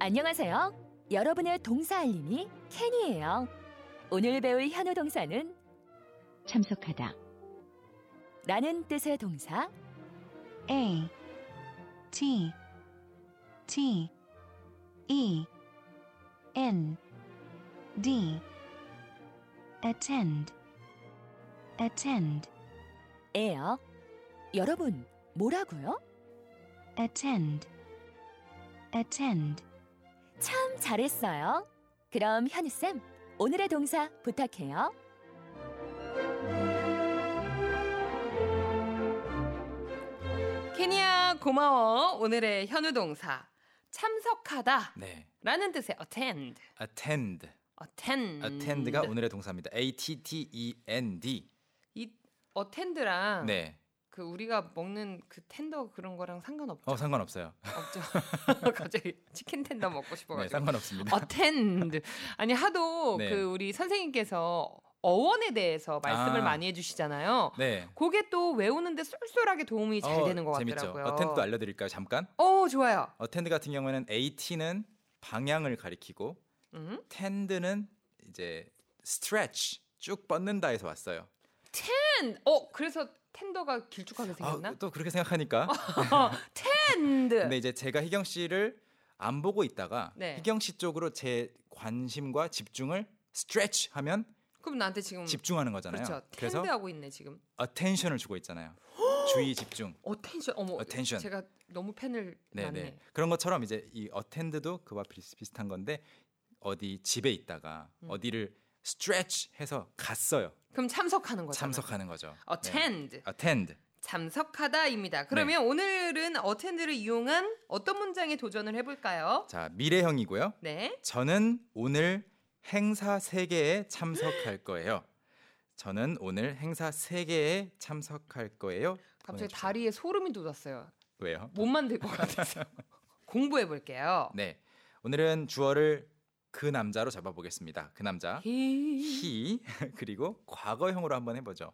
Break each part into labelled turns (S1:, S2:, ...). S1: 안녕하세요. 여러분의 동사 알림이 캔이에요. 오늘 배울 현우 동사는
S2: 참석하다.
S1: 라는 뜻의 동사
S2: A T T E N D attend attend
S1: 에요. 여러분, 뭐라고요?
S2: attend attend
S1: 참 잘했어요. 그럼 현우쌤, 오늘의 동사 부탁해요.
S3: 케니야 고마워 오늘의 현우 동사 참석하다
S4: 네.
S3: 라는 뜻의 attend
S4: attend.
S3: attend 음,
S4: attend가
S3: 네.
S4: 오늘의 동사입니다. A T T E N D.
S3: 이 attend랑
S4: 네.
S3: 그 우리가 먹는 그 텐더 그런 거랑 상관없죠
S4: 어 상관없어요.
S3: 없죠 갑자기 치킨 텐더 먹고
S4: 네,
S3: 싶어가지고
S4: 상관없습니다.
S3: attend 아니 하도
S4: 네.
S3: 그 우리 선생님께서 어원에 대해서 말씀을
S4: 아.
S3: 많이 해주시잖아요
S4: 네.
S3: 그게 또 외우는데 쏠쏠하게 도움이 잘
S4: 어,
S3: 되는 것
S4: 재밌죠.
S3: 같더라고요
S4: attend도 알려 드릴까요? 잠깐.
S3: 어 좋아요
S4: attend 같은 경우에는 AT는 방향을 가리키고
S3: 음.
S4: tend는 이제 stretch 쭉 뻗는다에서 왔어요.
S3: 텐! 어 그래서 텐더가 길쭉하게 생겼나? 어,
S4: 아, 또 그렇게 생각하니까.
S3: 텐드.
S4: 근데 이제 제가 희경 씨를 안 보고 있다가
S3: 네.
S4: 희경 씨 쪽으로 제 관심과 집중을 stretch 하면
S3: 그럼 나한테 지금
S4: 집중하는 거잖아요.
S3: 음. 그렇죠. 텐드
S4: 그래서
S3: 하고 있네 지금.
S4: attention을 주고 있잖아요. 주의 집중.
S3: 어텐션. 어머.
S4: Attention.
S3: 제가 너무 펜을
S4: 네,
S3: 놨네.
S4: 네. 그런 것처럼 이제 이 attend도 그와 비슷- 비슷한 건데 어디 집에 있다가
S3: 음.
S4: 어디를 stretch 해서 갔어요.
S3: 그럼 참석하는 거죠.
S4: 참석하는 거죠.
S3: attend.
S4: 네. attend.
S3: 참석하다입니다.
S4: 네.
S3: 그러면 오늘은 attend를 이용한 어떤 문장에 도전을 해 볼까요?
S4: 자, 미래형이고요.
S3: 네.
S4: 저는 오늘 행사 세개에 참석할 거예요. 저는 오늘 행사 세개에 참석할 거예요.
S3: 갑자기
S4: 보내주세요.
S3: 다리에 소름이 돋았어요.
S4: 왜요?
S3: 몸만 될 것 같아서. 공부해 볼게요.
S4: 네. 오늘은 주어를 그 남자로 잡아보겠습니다. 그 남자.
S3: 히.
S4: he 그리고 과거형으로 한번 해보죠.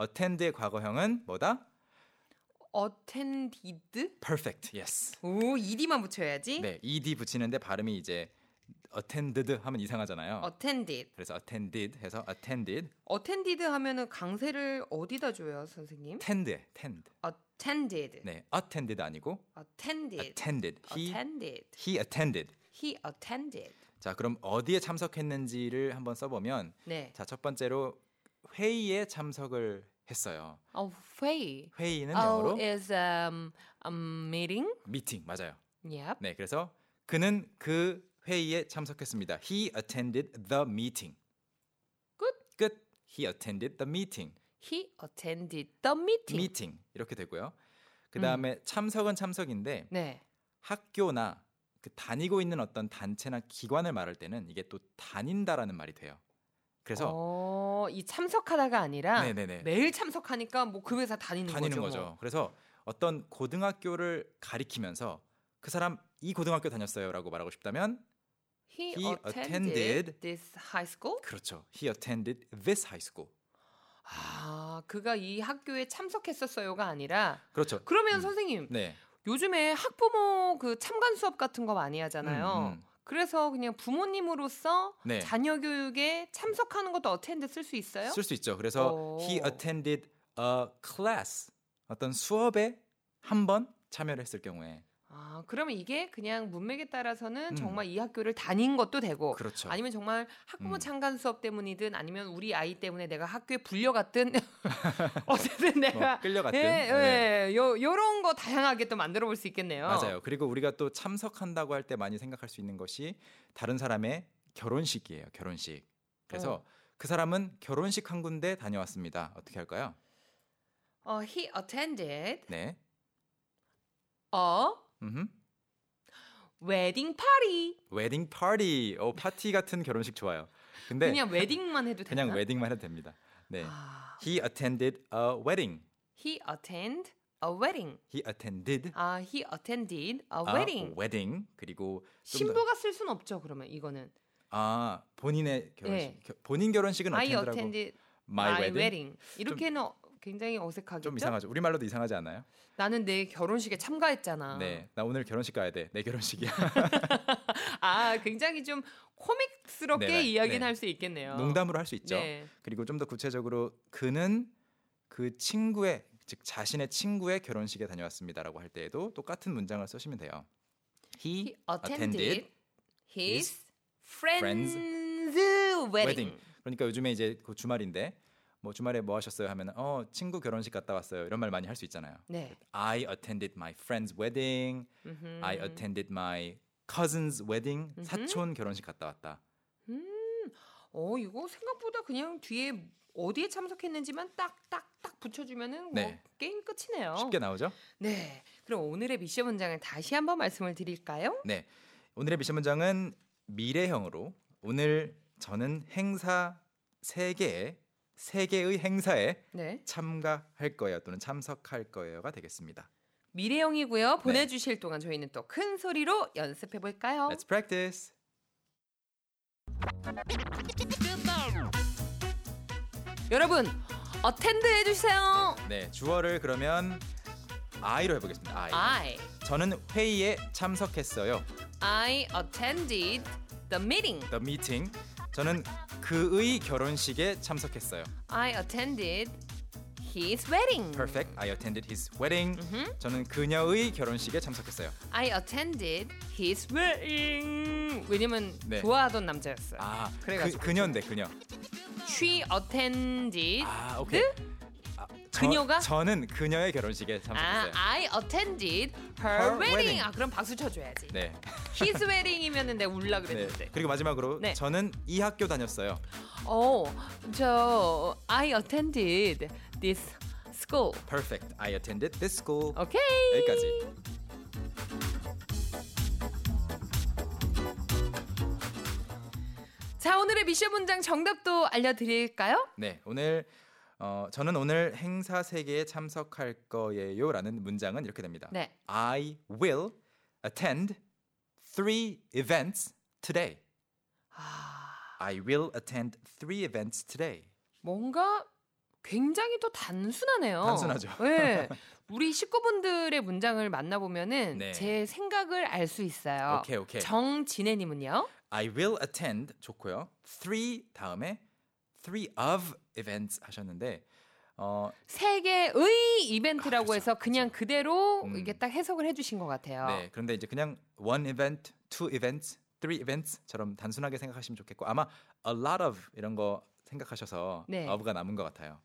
S4: attend의 과거형은 뭐다?
S3: attended?
S4: perfect. yes.
S3: 오, ed만 붙여야지.
S4: 네, ed 붙이는데 발음이 이제 attended 하면 이상하잖아요.
S3: attended.
S4: 그래서 attended 해서 attended,
S3: attended 하면은 강세를 어디다 줘요, 선생님?
S4: tend, tend.
S3: attended.
S4: 네, attended 아니고
S3: attended.
S4: attended. he
S3: attended.
S4: he attended.
S3: he attended.
S4: 자, 그럼 어디에 참석했는지를 한번 써보면
S3: 네.
S4: 자, 첫 번째로 회의에 참석을 했어요.
S3: 어, 회의.
S4: 회의는 아, 영어로 예.
S3: Oh, is um, a meeting.
S4: meeting 맞아요.
S3: Yep.
S4: 네, 그래서 그는 그 회의에 참석했습니다. He attended the meeting.
S3: Good.
S4: 끝. He attended the meeting.
S3: He attended the meeting.
S4: meeting 이렇게 되고요. 그 다음에 참석은 참석인데
S3: 네.
S4: 학교나 그 다니고 있는 어떤 단체나 기관을 말할 때는 이게 또 다닌다라는 말이 돼요. 그래서
S3: 어, 이 참석하다가 아니라
S4: 네네네.
S3: 매일 참석하니까 뭐 그 회사 다니는,
S4: 다니는
S3: 거죠.
S4: 거죠.
S3: 뭐.
S4: 그래서 어떤 고등학교를 가리키면서 그 사람 이 고등학교 다녔어요라고 말하고 싶다면
S3: He,
S4: He
S3: attended
S4: attended
S3: this high school.
S4: 그렇죠. He attended this high school.
S3: 아, 그가 이 학교에 참석했었어요가 아니라
S4: 그렇죠.
S3: 그러면
S4: 음.
S3: 선생님
S4: 네.
S3: 요즘에 학부모 그 참관 수업 같은 거 많이 하잖아요.
S4: 음, 음.
S3: 그래서 그냥 부모님으로서
S4: 네.
S3: 자녀 교육에 참석하는 것도 어텐드 쓸 수 있어요?
S4: 쓸 수 있죠. 그래서
S3: 오.
S4: he attended a class 어떤 수업에 한 번 참여를 했을 경우에
S3: 아, 그러면 이게 그냥 문맥에 따라서는
S4: 음.
S3: 정말 이 학교를 다닌 것도 되고
S4: 그렇죠.
S3: 어, 아니면 정말 학부모
S4: 음.
S3: 참관 수업 때문이든 아니면 우리 아이 때문에 내가 학교에 불려갔든 어쨌든 내가
S4: 뭐 끌려갔든.
S3: 예,
S4: 네.
S3: 예. 요 요런 거 다양하게 또 만들어 볼 수 있겠네요.
S4: 맞아요. 그리고 우리가 또 참석한다고 할 때 많이 생각할 수 있는 것이 다른 사람의 결혼식이에요. 결혼식. 그래서
S3: 어.
S4: 그 사람은 결혼식 한 군데 다녀왔습니다. 어떻게 할까요?
S3: 어, he attended
S4: 네.
S3: a
S4: 음흠.
S3: wedding party.
S4: 웨딩 파티. 어, 파티 같은 결혼식 좋아요. 근데 네.
S3: 그냥
S4: 그냥,
S3: 웨딩만 해도 되나?
S4: 웨딩만 해도 됩니다. 네.
S3: 아,
S4: He attended a wedding.
S3: he attend a wedding.
S4: He attended
S3: 아, he attended a
S4: 아,
S3: wedding.
S4: wedding. 그리고 좀 더-
S3: 신부가 쓸 수는 없죠. 그러면 이거는
S4: 아 본인의 결혼식
S3: 네.
S4: 겨- 본인 결혼식은
S3: I
S4: 어텐드라고
S3: attended
S4: my wedding.
S3: 이렇게는 어, 굉장히 어색하겠죠?
S4: 좀 이상하죠. 우리 말로도 이상하지 않아요?
S3: 나는 내 결혼식에 참가했잖아.
S4: 네, 나 오늘 결혼식 가야 돼. 내 결혼식이야.
S3: 아, 굉장히 좀 코믹스럽게
S4: 네, 네.
S3: 이야기는
S4: 네.
S3: 할 수 있겠네요.
S4: 농담으로 할 수 있죠.
S3: 네.
S4: 그리고 좀 더 구체적으로 그는 그 친구의 즉 자신의 친구의 결혼식에 다녀왔습니다라고 할 때에도 똑같은 문장을 쓰시면 돼요.
S3: He
S4: He
S3: attended
S4: attended
S3: his
S4: his
S3: friend's wedding.
S4: friend's wedding. 그러니까 요즘에 이제 그 주말인데 뭐 주말에 뭐 하셨어요 하면 어 친구 결혼식 갔다 왔어요 이런 말 많이 할 수 있잖아요.
S3: 네.
S4: I attended my friend's wedding.
S3: 음흠.
S4: I attended my cousin's wedding.
S3: 음흠.
S4: 사촌 결혼식 갔다 왔다.
S3: 음, 어 이거 생각보다 그냥 뒤에 어디에 참석했는지만 딱 딱 딱 붙여주면은 뭐
S4: 네.
S3: 게임 끝이네요.
S4: 쉽게 나오죠?
S3: 네. 그럼 오늘의 미션 문장을 다시 한번 말씀을 드릴까요?
S4: 네. 오늘의 미션 문장은 미래형으로 오늘 저는 행사 세 개에 세 개의 행사에
S3: 네.
S4: 참가할 거예요 또는 참석할 거예요가 되겠습니다.
S3: 미래형이고요. 보내주실 동안 저희는 또 큰 소리로 연습해 볼까요?
S4: Let's practice.
S3: 여러분 어텐드 해주세요.
S4: 네, 주어를 그러면 I로 해보겠습니다. I.
S3: I
S4: 저는 회의에 참석했어요.
S3: I attended the meeting.
S4: The meeting. 저는 그의 결혼식에 참석했어요.
S3: I attended his wedding.
S4: Perfect. I attended his wedding.
S3: 음흠.
S4: 저는 그녀의 결혼식에 참석했어요.
S3: I attended his wedding. 왜냐면
S4: 네.
S3: 좋아하던 남자였어요.
S4: 아,
S3: 그래가지고.
S4: 그, 그녀인데 그녀.
S3: She attended.
S4: 아, 오케이. 아, 저-
S3: 네? 그녀가?
S4: 저는 그녀의 결혼식에
S3: 아,
S4: 참석했어요.
S3: I attended her,
S4: 네. Her
S3: wedding.
S4: wedding.
S3: 아, 그럼 박수 쳐줘야지.
S4: 네.
S3: His wedding이면은 내가 울라
S4: 네.
S3: 그랬는데.
S4: 그리고 마지막으로
S3: 네.
S4: 저는 이 학교 다녔어요.
S3: 어, 저 I attended this school.
S4: Perfect. I attended this school.
S3: 오케이.
S4: 여기까지.
S3: 자, 오늘의 미션 문장 정답도 알려드릴까요?
S4: 네, 오늘 어, 저는 오늘 행사 세계에 참석할 거예요라는 문장은 이렇게 됩니다.
S3: 네.
S4: I will attend three events today.
S3: 아,
S4: I will attend three events today.
S3: 뭔가 굉장히 또 단순하네요.
S4: 단순하죠.
S3: 네. 우리 식구분들의 문장을 만나보면은
S4: 네.
S3: 제 생각을 알 수 있어요.
S4: 오케이, 오케이.
S3: 정진혜님은요?
S4: I will attend 좋고요. three 다음에 three of events 하셨는데 어,
S3: 세계의 이벤트라고
S4: 아, 그렇죠,
S3: 해서 그냥 그대로
S4: 음.
S3: 이게 딱 해석을 해주신 것 같아요.
S4: 네, 그런데 이제 그냥 one event, two events, three events처럼 단순하게 생각하시면 좋겠고 아마 a lot of 이런 거 생각하셔서
S3: 네.
S4: of가 남은 것 같아요.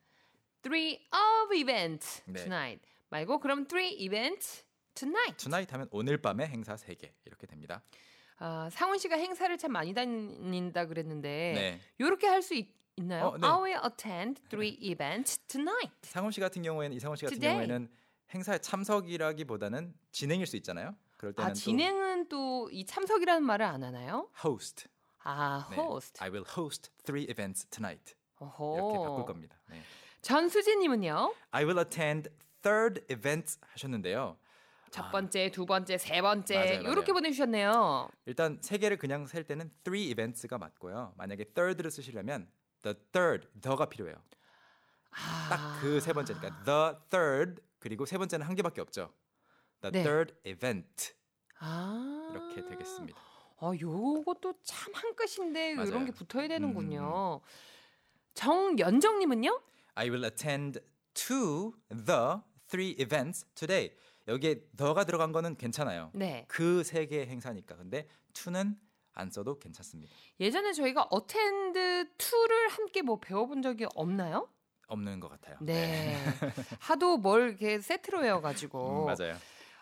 S3: Three of events
S4: 네.
S3: tonight 말고 그럼 three events tonight.
S4: tonight 하면 오늘 밤에 행사 3개 이렇게 됩니다.
S3: 아, 상훈 씨가 행사를 참 많이 다닌다 그랬는데
S4: 네.
S3: 요렇게 할 수 있나요?
S4: 어, 네.
S3: I will attend three events tonight.
S4: 상훈 씨 같은 경우에는 이상훈 씨 같은
S3: Today.
S4: 경우에는 행사에 참석이라기보다는 진행일 수 있잖아요. 그럴 때는
S3: 아 진행은 또 이 참석이라는 말을 안 하나요?
S4: 또 host.
S3: 아
S4: 네.
S3: host.
S4: I will host three events tonight.
S3: 어허.
S4: 이렇게 바꿀 겁니다. 네.
S3: 전수진님은요?
S4: I will attend third events 하셨는데요.
S3: 첫
S4: 아,
S3: 번째, 두 번째, 세 번째
S4: 맞아요, 맞아요.
S3: 요렇게 보내주셨네요.
S4: 일단 세 개를 그냥 셀 때는 three events가 맞고요. 만약에 third를 쓰시려면 the third, the가 필요해요. 딱 그
S3: 아.
S4: 세 번째니까 the third 그리고 세 번째는 한 개밖에 없죠. The
S3: 네.
S4: third event
S3: 아.
S4: 이렇게 되겠습니다.
S3: 아, 요것도 참 한 끗인데
S4: 맞아요. 음.
S3: 이런 게 붙어야 되는군요. 정연정님은요?
S4: I will attend to the three events today. 여기에 the가 들어간 거는 괜찮아요.
S3: 네.
S4: 그 세 개의 행사니까. 근데 to는 안 써도 괜찮습니다.
S3: 예전에 저희가 어텐드 2를 함께 뭐 배워본 적이 없나요?
S4: 없는 것 같아요.
S3: 네. 하도 뭘 이렇게 세트로
S4: 음,
S3: 외워가지고.
S4: 맞아요.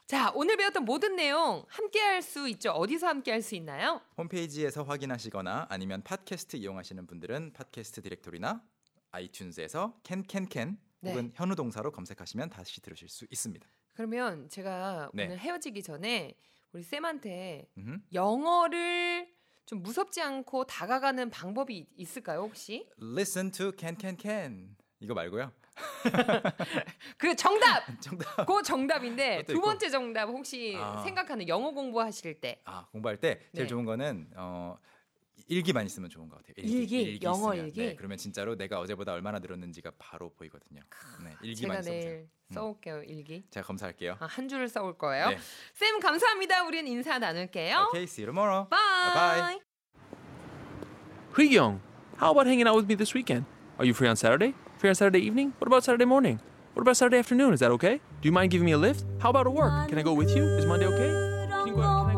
S3: 자, 오늘 배웠던 모든 내용 함께 할 수 있죠? 어디서 함께 할 수 있나요?
S4: 홈페이지에서 확인하시거나 아니면 팟캐스트 이용하시는 분들은 팟캐스트 디렉토리나 아이튠즈에서 캔캔캔
S3: 네.
S4: 혹은 현우 동사로 검색하시면 다시 들으실 수 있습니다.
S3: 그러면 제가
S4: 네.
S3: 오늘 헤어지기 전에 우리 쌤한테
S4: 음,
S3: 영어를 좀 무섭지 않고 다가가는 방법이 있- 있을까요, 혹시?
S4: Listen to 캔캔캔 이거 말고요.
S3: 그 정답!
S4: 정답.
S3: 그 정답인데
S4: 그것도
S3: 두
S4: 있고.
S3: 번째 정답 혹시
S4: 아.
S3: 생각하는 영어 공부하실 때
S4: 아 공부할 때 제일
S3: 네.
S4: 좋은 거는 어, 일기 많이 쓰면 좋은 것 같아요.
S3: 일기? 영어 일기?
S4: 네, 그러면 진짜로 내가 어제보다 얼마나 늘었는지가 바로 보이거든요. 네, 일기
S3: 제가
S4: 많이 써보세요.
S3: 내일 써올게요 일기.
S4: 제가 검사할게요.
S3: 아, 한 줄을 써올 거예요.
S4: 네. 어,
S3: 쌤 감사합니다. 우린 인사 나눌게요.
S4: Okay, see you tomorrow.
S3: 바이.
S4: Bye.
S5: Young, how about hanging out with me this weekend? Are you free on Saturday? Free on Saturday evening? What about Saturday morning? What about Saturday afternoon? Is that okay? Do you mind giving me a lift? How about a work? Can I go with you? Is Monday okay? Can you go out? Can I go out?